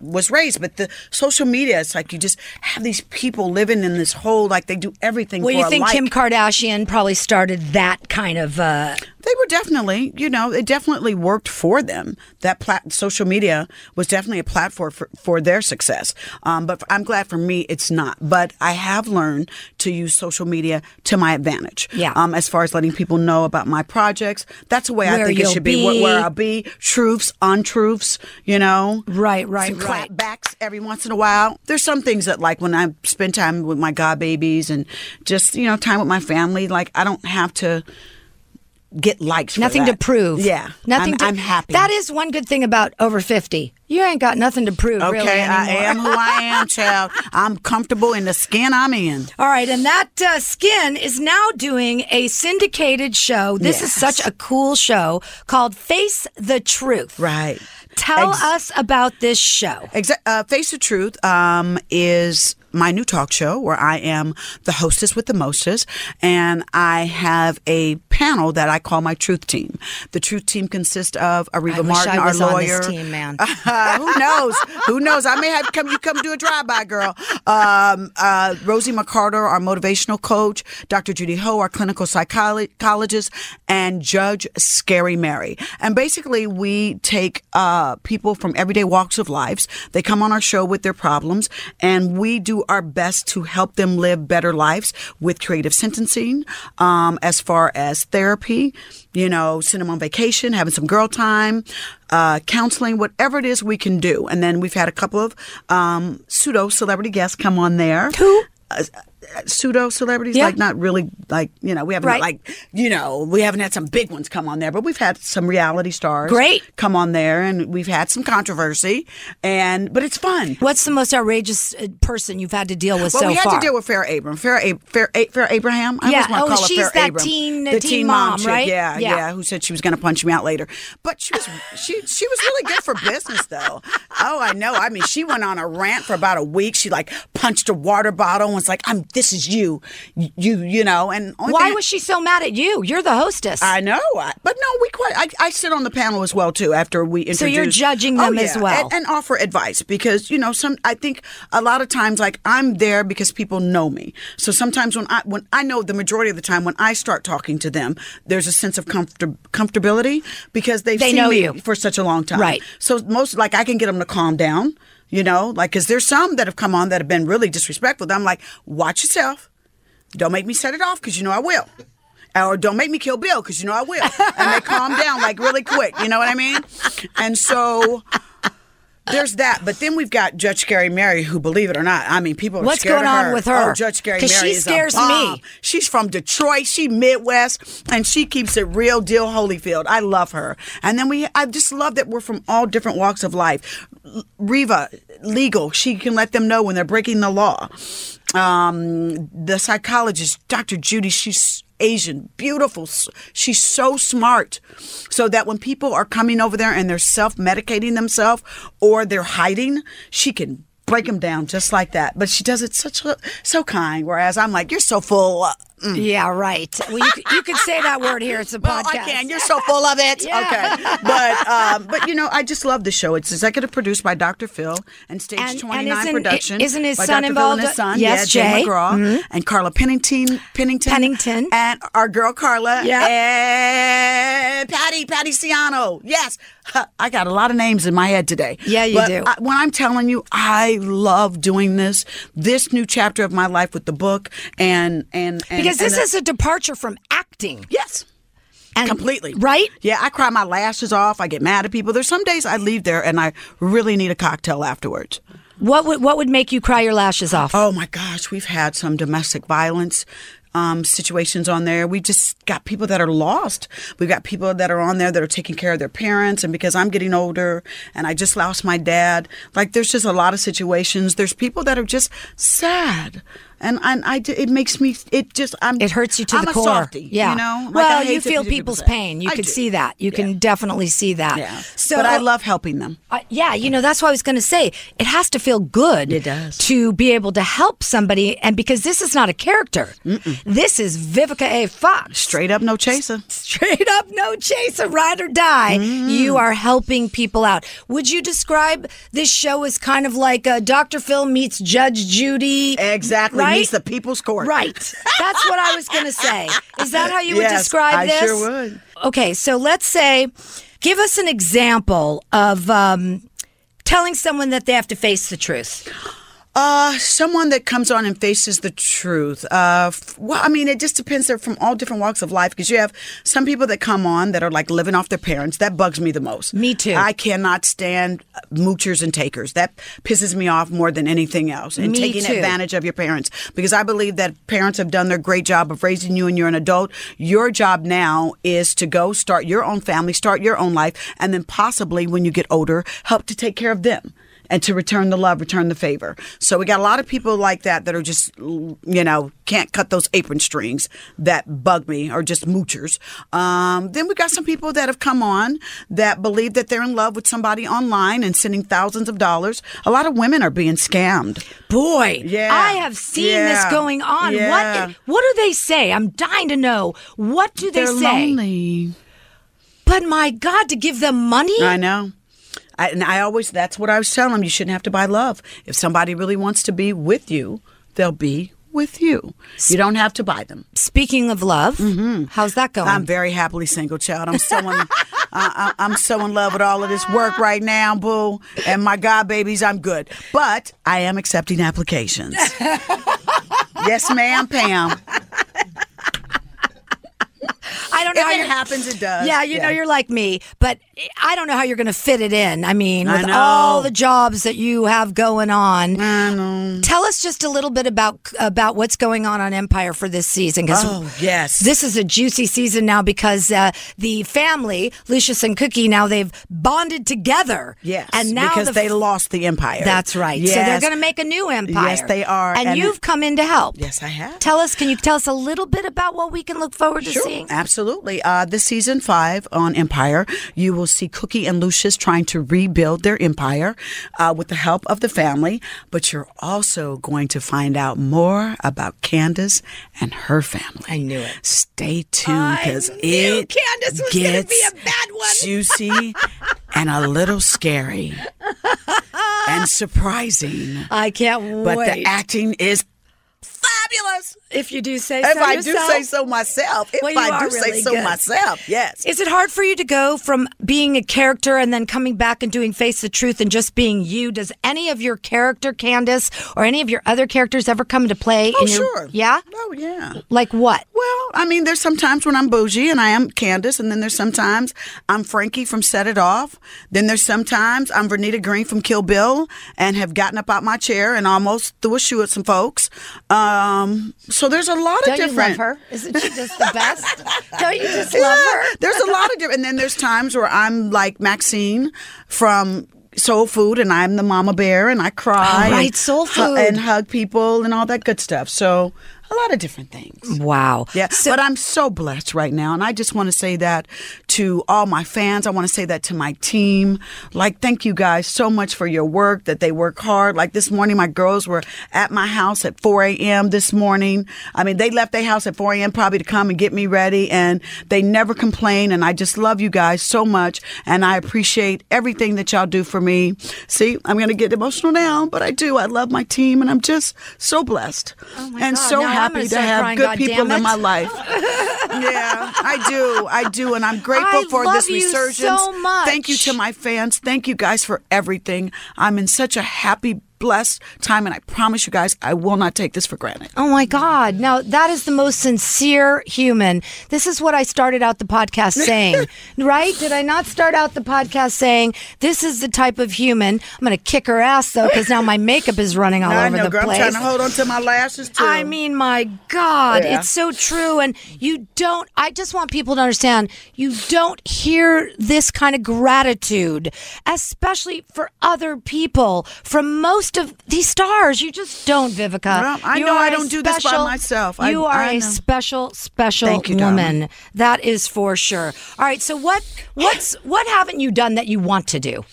Speaker 2: was raised. But the social media, it's like you just have these people living in this whole like they do everything.
Speaker 1: well
Speaker 2: for
Speaker 1: you
Speaker 2: a
Speaker 1: think
Speaker 2: like.
Speaker 1: kim kardashian probably started that kind of uh,
Speaker 2: They were definitely, you know, it definitely worked for them. That plat- social media was definitely a platform for, for their success. Um, but I'm glad for me, it's not. But I have learned to use social media to my advantage.
Speaker 1: Yeah.
Speaker 2: Um, as far as letting people know about my projects, that's the way
Speaker 1: Where
Speaker 2: I think it
Speaker 1: you'll
Speaker 2: should be. Where,
Speaker 1: be.
Speaker 2: where I'll be, truths, untruths, you know.
Speaker 1: Right, right,
Speaker 2: Some
Speaker 1: right. Right.
Speaker 2: clapbacks every once in a while. There's some things that, like, when I spend time with my godbabies and just, you know, time with my family, like, I don't have to get likes. for
Speaker 1: Nothing
Speaker 2: that.
Speaker 1: to prove.
Speaker 2: Yeah.
Speaker 1: Nothing
Speaker 2: I'm,
Speaker 1: to
Speaker 2: I'm happy.
Speaker 1: That is one good thing about over 50. You ain't got nothing to prove
Speaker 2: Okay,
Speaker 1: really anymore.
Speaker 2: I am who I am, child. I'm comfortable in the skin I'm in.
Speaker 1: All right, and that uh, skin is now doing a syndicated show. This is
Speaker 2: Yes.
Speaker 1: such a cool show called Face the Truth.
Speaker 2: Right.
Speaker 1: Tell
Speaker 2: Ex-
Speaker 1: us about this show.
Speaker 2: Exa- uh, Face the Truth um, is my new talk show where I am the hostess with the mostest, and I have a panel that I call my Truth Team. The Truth Team consists of Ariva
Speaker 1: I wish
Speaker 2: Martin,
Speaker 1: I was
Speaker 2: our
Speaker 1: on
Speaker 2: lawyer.
Speaker 1: this team, man.
Speaker 2: Uh, who knows? who knows? I may have come. You come do a drive by, girl. Um, uh, Rosie McCarter, our motivational coach, Dr. Judy Ho, our clinical psychologist, and Judge Scary Mary. And basically, we take uh, people from everyday walks of lives. They come on our show with their problems, and we do our best to help them live better lives with creative sentencing, um, as far as therapy, you know, send them on vacation, having some girl time, uh, counseling, whatever it is we can do. And then we've had a couple of um, pseudo celebrity guests come on there.
Speaker 1: Who?
Speaker 2: Pseudo celebrities,
Speaker 1: Yeah.
Speaker 2: like not really, like, you know, we haven't,
Speaker 1: Right.
Speaker 2: like, you know, we haven't had some big ones come on there, but we've had some reality stars
Speaker 1: Great.
Speaker 2: come on there and we've had some controversy. And, but it's fun.
Speaker 1: What's the most outrageous uh, person you've had to deal with
Speaker 2: Well,
Speaker 1: so
Speaker 2: we had
Speaker 1: far?
Speaker 2: to deal with Farrah Abram. Farrah, Ab- Farrah, A- Farrah Abraham. I
Speaker 1: Yeah.
Speaker 2: always want
Speaker 1: Oh,
Speaker 2: to call her
Speaker 1: she's
Speaker 2: Farrah
Speaker 1: that
Speaker 2: Abram.
Speaker 1: teen-
Speaker 2: the
Speaker 1: teen mom,
Speaker 2: chick.
Speaker 1: right?
Speaker 2: Yeah,
Speaker 1: Yeah.
Speaker 2: yeah, Who said she was going to punch me out later? But she was she she was really good for business though. Oh, I know. I mean, she went on a rant for about a week. She like punched a water bottle and was like, "I'm this is you, you you know." And only
Speaker 1: Why
Speaker 2: thing-
Speaker 1: was she so mad at you? You're the hostess.
Speaker 2: I know, I, but no, we quite. I, I sit on the panel as well too. After we introduce, Oh,
Speaker 1: you're judging them as well.
Speaker 2: and, and offer advice because you know some. I think a lot of times, like I'm there because people know me. So sometimes when I when I know the majority of the time when I start talking to them, there's a sense of comfort, comfortability because they've
Speaker 1: They
Speaker 2: seen
Speaker 1: know
Speaker 2: me
Speaker 1: you.
Speaker 2: for such a long time.
Speaker 1: Right.
Speaker 2: So most like I can get them to calm down. You know, like because there's some that have come on that have been really disrespectful. that I'm like, watch yourself. Don't make me set it off because you know I will. Or don't make me kill Bill because you know I will. And they calm down like really quick. You know what I mean? And so there's that. But then we've got Judge Scary Mary, who, believe it or not, I mean, people are
Speaker 1: What's
Speaker 2: scared
Speaker 1: going
Speaker 2: of
Speaker 1: on
Speaker 2: her.
Speaker 1: with her?
Speaker 2: Oh, Judge Scary
Speaker 1: 'Cause
Speaker 2: Mary
Speaker 1: she
Speaker 2: is a
Speaker 1: scares me.
Speaker 2: bomb. She's from Detroit. She Midwest, and she keeps it real deal Holyfield. I love her. And then we, I just love that we're from all different walks of life. L- Reva, legal. She can let them know when they're breaking the law. Um, the psychologist, Dr. Judy. She's Asian, beautiful. S- She's so smart. So that when people are coming over there and they're self medicating themselves or they're hiding, she can break them down just like that. But she does it such a, so kind. Whereas I'm like, you're so full. uh,
Speaker 1: Mm. yeah, right. Well, you, c- you could say that word here. It's a
Speaker 2: well,
Speaker 1: podcast.
Speaker 2: I can. You're so full of it.
Speaker 1: Yeah.
Speaker 2: Okay. But um, but you know, I just love the show. It's executive produced by Dr. Phil and Stage
Speaker 1: And- and
Speaker 2: 29
Speaker 1: isn't-
Speaker 2: production.
Speaker 1: isn't his
Speaker 2: by
Speaker 1: son
Speaker 2: Dr.
Speaker 1: involved?
Speaker 2: Phil and his son,
Speaker 1: Yes,
Speaker 2: yeah,
Speaker 1: Jay. Mm-hmm.
Speaker 2: McGraw and Carla Pennington, Pennington,
Speaker 1: Pennington.
Speaker 2: and our girl Carla,
Speaker 1: Yeah.
Speaker 2: and Patty, Patty Ciano. Yes, Huh, I got a lot of names in my head today.
Speaker 1: Yeah, you
Speaker 2: But
Speaker 1: do.
Speaker 2: I- when I'm telling you, I love doing this. This new chapter of my life with the book and and, and
Speaker 1: Because
Speaker 2: and uh,
Speaker 1: this
Speaker 2: the-
Speaker 1: is a departure from acting.
Speaker 2: yes.
Speaker 1: And,
Speaker 2: Completely.
Speaker 1: Right?
Speaker 2: Yeah, I cry my lashes off. I get mad at people. There's some days I leave there and I really need a cocktail afterwards.
Speaker 1: What would what would make you cry your lashes off?
Speaker 2: Oh my gosh, we've had some domestic violence um, situations on there. We just got people that are lost. We've got people that are on there that are taking care of their parents. And because I'm getting older and I just lost my dad, like there's just a lot of situations. There's people that are just sad. And, and I, it makes me, it just, I'm,
Speaker 1: It hurts you to
Speaker 2: I'm
Speaker 1: the
Speaker 2: a
Speaker 1: core.
Speaker 2: softie,
Speaker 1: yeah.
Speaker 2: You know? Like, I
Speaker 1: well,
Speaker 2: hate
Speaker 1: you
Speaker 2: to
Speaker 1: feel
Speaker 2: do
Speaker 1: people's
Speaker 2: sad.
Speaker 1: pain. You
Speaker 2: I
Speaker 1: can
Speaker 2: do.
Speaker 1: see that. You can definitely see that.
Speaker 2: Yeah.
Speaker 1: So,
Speaker 2: but I love helping them.
Speaker 1: Uh, yeah, you know that's what I was going to say. It has to feel good.
Speaker 2: It does.
Speaker 1: to be able to help somebody, and because this is not a character, this is Vivica A. Fox.
Speaker 2: Straight up, no chaser.
Speaker 1: Straight up, no chase, a ride or die.
Speaker 2: Mm.
Speaker 1: You are helping people out. Would you describe this show as kind of like uh, Dr. Phil meets Judge Judy?
Speaker 2: Exactly.
Speaker 1: Right?
Speaker 2: Meets the people's court.
Speaker 1: Right. That's what I was going to say. Is that how you would
Speaker 2: Yes,
Speaker 1: describe
Speaker 2: I
Speaker 1: this?
Speaker 2: sure would.
Speaker 1: Okay, so let's say, give us an example of um, telling someone that they have to face the truth.
Speaker 2: Uh, someone that comes on and faces the truth. Uh, f- well, I mean, it just depends. They're from all different walks of life because you have some people that come on that are like living off their parents. That bugs me the most.
Speaker 1: Me too.
Speaker 2: I cannot stand uh, moochers and takers. That pisses me off more than anything else. And
Speaker 1: Me
Speaker 2: taking
Speaker 1: too.
Speaker 2: advantage of your parents because I believe that parents have done their great job of raising you and you're an adult. Your job now is to go start your own family, start your own life, and then possibly when you get older, help to take care of them and to return the love, return the favor. So we got a lot of people like that that are just, you know, can't cut those apron strings that bug me or just moochers. Um, then we got some people that have come on that believe that they're in love with somebody online and sending thousands of dollars. A lot of women are being scammed.
Speaker 1: Boy,
Speaker 2: Yeah.
Speaker 1: I have seen
Speaker 2: Yeah.
Speaker 1: this going on.
Speaker 2: Yeah.
Speaker 1: What what do they say? I'm dying to know. What do they
Speaker 2: are
Speaker 1: say?
Speaker 2: lonely.
Speaker 1: But my God, to give them money?
Speaker 2: I know. I, and I always, that's what I was telling them. You shouldn't have to buy love. If somebody really wants to be with you, they'll be with you. You don't have to buy them.
Speaker 1: Speaking of love,
Speaker 2: Mm-hmm.
Speaker 1: how's that going?
Speaker 2: I'm very happily single, child. I'm so in, I, I, am so in love with all of this work right now, boo. And my God, babies, I'm good. But I am accepting applications. yes, ma'am, Pam.
Speaker 1: I don't know
Speaker 2: If
Speaker 1: how
Speaker 2: it
Speaker 1: you're-
Speaker 2: happens, it does.
Speaker 1: Yeah, you know you're like me, but I don't know how you're going to fit it in. I mean,
Speaker 2: I
Speaker 1: with
Speaker 2: know.
Speaker 1: all the jobs that you have going on. Tell us just a little bit about about what's going on on Empire for this season cuz
Speaker 2: Oh, yes.
Speaker 1: This is a juicy season now because uh, the family, Lucius and Cookie, now they've bonded together.
Speaker 2: Yes,
Speaker 1: and now
Speaker 2: because
Speaker 1: the
Speaker 2: they lost the empire.
Speaker 1: That's right. So they're
Speaker 2: Yes.
Speaker 1: going to make a new empire.
Speaker 2: Yes, they are.
Speaker 1: And,
Speaker 2: And-
Speaker 1: you've come in to help.
Speaker 2: Yes, I have.
Speaker 1: Tell us. Can you tell us a little bit about what we can look forward to seeing?
Speaker 2: Absolutely. Uh, this season five on Empire, you will see Cookie and Lucius trying to rebuild their empire uh, with the help of the family, but you're also going to find out more about Candace and her family.
Speaker 1: I knew it.
Speaker 2: Stay tuned
Speaker 1: I
Speaker 2: because
Speaker 1: knew
Speaker 2: it
Speaker 1: Candace was gonna be
Speaker 2: gets
Speaker 1: a bad one.
Speaker 2: juicy and a little scary and surprising.
Speaker 1: I can't
Speaker 2: But
Speaker 1: wait.
Speaker 2: the acting is fabulous.
Speaker 1: if you do say
Speaker 2: If
Speaker 1: so
Speaker 2: I
Speaker 1: yourself.
Speaker 2: do say so myself, if
Speaker 1: Well, you
Speaker 2: I
Speaker 1: are
Speaker 2: do
Speaker 1: really
Speaker 2: say so
Speaker 1: good.
Speaker 2: myself, yes.
Speaker 1: Is it hard for you to go from being a character and then coming back and doing Face the Truth and just being you? Does any of your character, Candace, or any of your other characters ever come into play?
Speaker 2: Oh,
Speaker 1: in your-
Speaker 2: sure.
Speaker 1: Yeah?
Speaker 2: Oh, yeah.
Speaker 1: Like what?
Speaker 2: Well, I mean, there's sometimes when I'm bougie and I am Candace, and then there's sometimes I'm Frankie from Set It Off. Then there's sometimes I'm Vernita Green from Kill Bill and have gotten up out my chair and almost threw a shoe at some folks. Um, so there's a lot
Speaker 1: Don't
Speaker 2: of
Speaker 1: you love
Speaker 2: different.
Speaker 1: her? Isn't she just the best? Don't you just love
Speaker 2: Yeah,
Speaker 1: her?
Speaker 2: there's a lot of different. And then there's times where I'm like Maxine from Soul Food, and I'm the mama bear, and I cry.
Speaker 1: All right,
Speaker 2: and
Speaker 1: Soul
Speaker 2: hu-
Speaker 1: Food.
Speaker 2: and hug people and all that good stuff. So a lot of different things.
Speaker 1: Wow.
Speaker 2: Yeah, but I'm so blessed right now, and I just want to say that to all my fans. I want to say that to my team. Like, thank you guys so much for your work. That they work hard. Like this morning, my girls were at my house at 4 a.m. this morning. I mean, they left their house at 4 a.m. probably to come and get me ready, and they never complain. And I just love you guys so much, and I appreciate everything that y'all do for me. See, I'm gonna get emotional now, but I do. I love my team, and I'm just so blessed
Speaker 1: Oh my
Speaker 2: and
Speaker 1: God,
Speaker 2: so
Speaker 1: now I'm gonna
Speaker 2: happy to
Speaker 1: start
Speaker 2: have
Speaker 1: crying,
Speaker 2: good
Speaker 1: God
Speaker 2: people
Speaker 1: damn
Speaker 2: in my
Speaker 1: it.
Speaker 2: life. yeah, I do. I do. And I'm grateful
Speaker 1: I
Speaker 2: for
Speaker 1: love
Speaker 2: this
Speaker 1: you so
Speaker 2: resurgence.
Speaker 1: much.
Speaker 2: Thank you to my fans. Thank you guys for everything. I'm in such a happy, blessed time. And I promise you guys, I will not take this for granted.
Speaker 1: Oh my God. Now, that is the most sincere human. This is what I started out the podcast saying, right? Did I not start out the podcast saying, this is the type of human? I'm going to kick her ass, though, because now my makeup is running all
Speaker 2: I
Speaker 1: over
Speaker 2: know,
Speaker 1: the
Speaker 2: girl.
Speaker 1: place.
Speaker 2: I'm trying to hold on to my lashes, too.
Speaker 1: I mean, my God,
Speaker 2: Yeah.
Speaker 1: it's so true. And you don't, I just want people to understand you don't hear this kind of gratitude, especially for other people, from most of these stars. You just don't, Vivica.
Speaker 2: Well, I
Speaker 1: You
Speaker 2: know
Speaker 1: are
Speaker 2: I
Speaker 1: a
Speaker 2: don't do this by
Speaker 1: special-
Speaker 2: myself. I-
Speaker 1: you are
Speaker 2: I
Speaker 1: a
Speaker 2: know.
Speaker 1: special, special
Speaker 2: Thank you, darling.
Speaker 1: woman. That is for sure. All right. So, what, what's, what haven't you done that you want to do?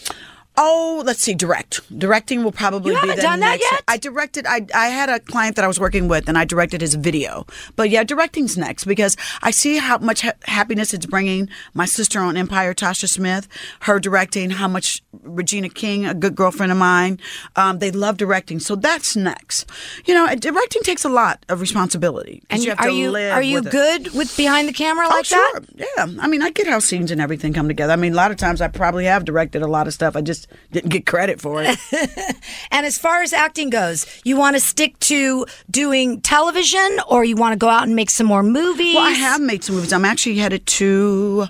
Speaker 2: Oh, let's see, direct. Directing will probably
Speaker 1: You
Speaker 2: be
Speaker 1: haven't
Speaker 2: the
Speaker 1: done that
Speaker 2: next-
Speaker 1: yet?
Speaker 2: I directed I I had a client that I was working with and I directed his video. But yeah, directing's next because I see how much ha- happiness it's bringing my sister on Empire Tasha Smith, her directing, how much Regina King, a good girlfriend of mine, um, they love directing. So that's next. You know, directing takes a lot of responsibility. 'cause
Speaker 1: And
Speaker 2: you have
Speaker 1: are
Speaker 2: to
Speaker 1: you
Speaker 2: live
Speaker 1: are you
Speaker 2: with it.
Speaker 1: good with behind the camera like that?
Speaker 2: oh, sure. Yeah. I mean, I get how scenes and everything come together. I mean, a lot of times I probably have directed a lot of stuff. I just just didn't get credit for it.
Speaker 1: And as far as acting goes, you want to stick to doing television or you want to go out and make some more movies?
Speaker 2: Well, I have made some movies. I'm actually headed to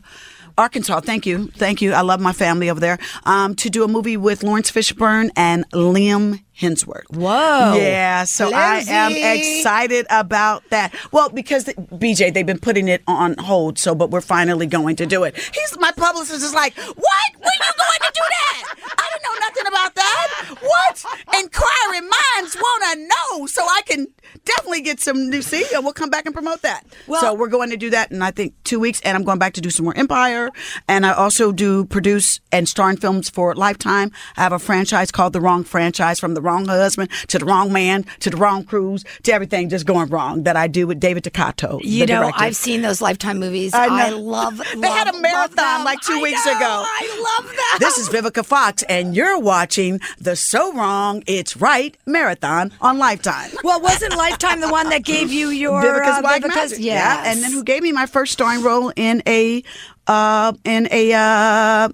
Speaker 2: Arkansas. Thank you, thank you. I love my family over there. Um, to do a movie with Lawrence Fishburne and Liam Hemsworth.
Speaker 1: Whoa.
Speaker 2: Yeah, so I am
Speaker 1: Lindsay.
Speaker 2: excited about that. Well, because the, BJ, they've been putting it on hold, so but we're finally going to do it. He's my publicist is like, what? When you going to do that? I don't know nothing about that. What? Inquiring minds want to know, so I can definitely get some new see, and we'll come back and promote that.
Speaker 1: Well-
Speaker 2: so we're going to do that in I think two weeks, and I'm going back to do some more Empire, and I also do produce and star in films for Lifetime. I have a franchise called The Wrong Franchise, from the wrong husband to the wrong man to the wrong cruise to everything just going wrong that I do with David Takato.
Speaker 1: You
Speaker 2: the
Speaker 1: know,
Speaker 2: director.
Speaker 1: I've seen those Lifetime movies. I,
Speaker 2: I know.
Speaker 1: love.
Speaker 2: They
Speaker 1: love,
Speaker 2: had a
Speaker 1: love
Speaker 2: marathon
Speaker 1: them.
Speaker 2: like two
Speaker 1: I
Speaker 2: weeks
Speaker 1: know,
Speaker 2: ago.
Speaker 1: I love that.
Speaker 2: This is Vivica Fox, and you're watching the So Wrong It's Right Marathon on Lifetime.
Speaker 1: Well, wasn't Lifetime the one that gave you your
Speaker 2: Vivica's
Speaker 1: uh,
Speaker 2: Black
Speaker 1: Vivica's?
Speaker 2: Magic.
Speaker 1: Yes.
Speaker 2: and then who gave me my first starring role in a uh, in a uh,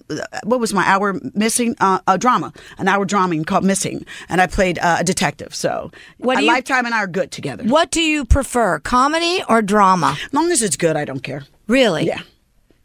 Speaker 2: what was my hour missing uh, a drama, an hour drama called Missing, and I played uh, a detective. So
Speaker 1: What
Speaker 2: a
Speaker 1: do you-
Speaker 2: Lifetime and I are good together.
Speaker 1: What do you prefer, comedy or drama?
Speaker 2: As long as it's good, I don't care.
Speaker 1: Really?
Speaker 2: Yeah,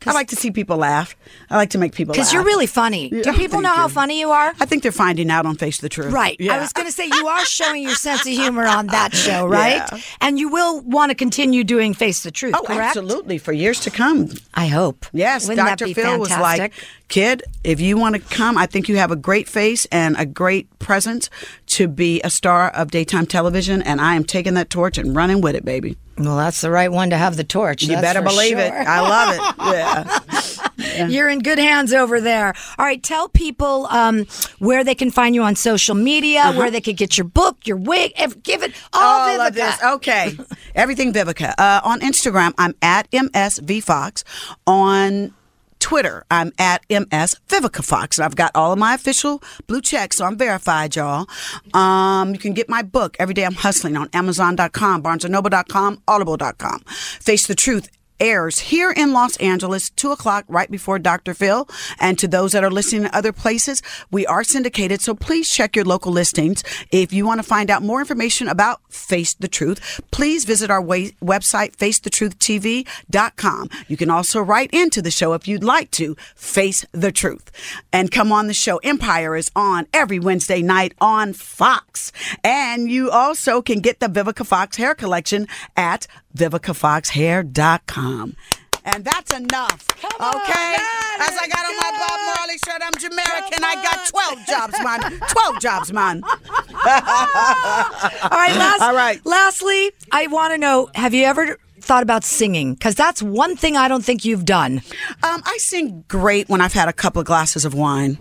Speaker 2: I like to see people laugh. I like to make people laugh
Speaker 1: Because you're really funny. do
Speaker 2: Yeah,
Speaker 1: people
Speaker 2: thank
Speaker 1: know how
Speaker 2: you.
Speaker 1: funny you are?
Speaker 2: I think they're finding out on Face the Truth.
Speaker 1: Right.
Speaker 2: Yeah.
Speaker 1: I was going to say you are showing your sense of humor on that show, right?
Speaker 2: Yeah.
Speaker 1: And you will want to continue doing Face the Truth,
Speaker 2: Oh,
Speaker 1: correct?
Speaker 2: absolutely! For years to come,
Speaker 1: I hope.
Speaker 2: Yes,
Speaker 1: Wouldn't that
Speaker 2: Dr.
Speaker 1: be
Speaker 2: Phil was
Speaker 1: fantastic?
Speaker 2: like, "Kid, if you want to come, I think you have a great face and a great presence to be a star of daytime television, and I am taking that torch and running with it, baby.
Speaker 1: Well, that's the right one to have the torch.
Speaker 2: You better believe it. I love it. Yeah.
Speaker 1: You're in good hands over there. All right, tell people um, where they can find you on social media,
Speaker 2: Uh-huh.
Speaker 1: where they could get your book, your wig, if, give it all,
Speaker 2: All
Speaker 1: Oh, Vivica.
Speaker 2: of Oh, this. Okay. Everything Vivica. Uh, on Instagram, I'm at MSVFox. On Twitter, I'm at MS Vivica Fox. And I've got all of my official blue checks, so I'm verified, y'all. Um, you can get my book, Every Day I'm Hustling, on Amazon.com, BarnesandNoble.com, Audible.com. Face the Truth airs here in Los Angeles, 2 o'clock, right before Dr. Phil. And to those that are listening in other places, we are syndicated, so please check your local listings. If you want to find out more information about Face the Truth, please visit our wa- website, facethetruthtv.com. You can also write into the show if you'd like to, Face the Truth. And come on the show. Empire is on every Wednesday night on Fox. And you also can get the Vivica Fox hair collection at vivicafoxhair.com. And that's enough.
Speaker 1: Come on,
Speaker 2: okay?
Speaker 1: that
Speaker 2: As I got on my Bob Marley shirt, I'm Jamaican. I got
Speaker 1: Come
Speaker 2: 12 jobs, man. 12 jobs, man.
Speaker 1: All right, last,
Speaker 2: All right.
Speaker 1: Lastly, I want to know: Have you ever thought about singing? Because that's one thing I don't think you've done.
Speaker 2: Um, I sing great when I've had a couple of glasses of wine.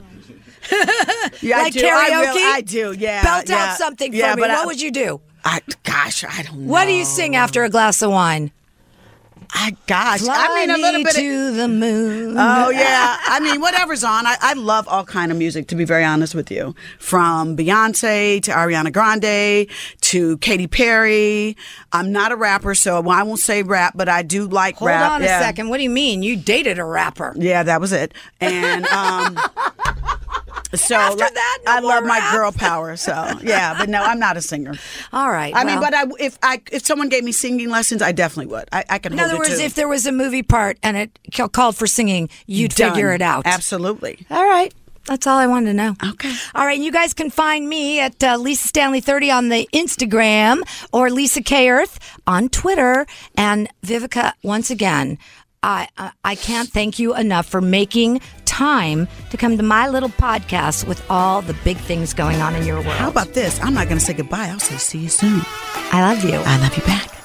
Speaker 2: yeah,
Speaker 1: like
Speaker 2: I do.
Speaker 1: karaoke,
Speaker 2: I, really- I do, yeah.
Speaker 1: Belt
Speaker 2: yeah.
Speaker 1: out something for
Speaker 2: yeah,
Speaker 1: me.
Speaker 2: But
Speaker 1: What
Speaker 2: I,
Speaker 1: would you do?
Speaker 2: I, gosh, I don't know.
Speaker 1: What do you sing after a glass of wine?
Speaker 2: I, gosh,
Speaker 1: Fly
Speaker 2: I mean, a little
Speaker 1: me
Speaker 2: bit of.
Speaker 1: to the moon.
Speaker 2: Oh yeah, I mean whatever's on. I, I love all kind of music. To be very honest with you, from Beyonce to Ariana Grande to Katy Perry. I'm not a rapper, so I won't say rap, but I do like
Speaker 1: Hold
Speaker 2: rap.
Speaker 1: on a
Speaker 2: yeah.
Speaker 1: second. What do you mean? You dated a rapper?
Speaker 2: Yeah, that was it. And um, so like,
Speaker 1: that, no
Speaker 2: I love
Speaker 1: more
Speaker 2: my
Speaker 1: rap.
Speaker 2: girl power. So yeah, but no, I'm not a singer.
Speaker 1: All right.
Speaker 2: I mean,
Speaker 1: well,
Speaker 2: but I, if I if someone gave me singing lessons, I definitely would. I, I can.
Speaker 1: in other words,
Speaker 2: too.
Speaker 1: if there was a movie part and it ca- called for singing, you'd
Speaker 2: Done.
Speaker 1: figure it out.
Speaker 2: absolutely.
Speaker 1: All right. That's all I wanted to know.
Speaker 2: Okay.
Speaker 1: All right. You guys can find me at uh, Lisa Stanley 30 on the Instagram or Lisa K Earth on Twitter. And Vivica, once again, I, I, I can't thank you enough for making time to come to my little podcast with all the big things going on in your world.
Speaker 2: How about this? I'm not going to say goodbye. I'll say see you soon.
Speaker 1: I love you.
Speaker 2: I love you back.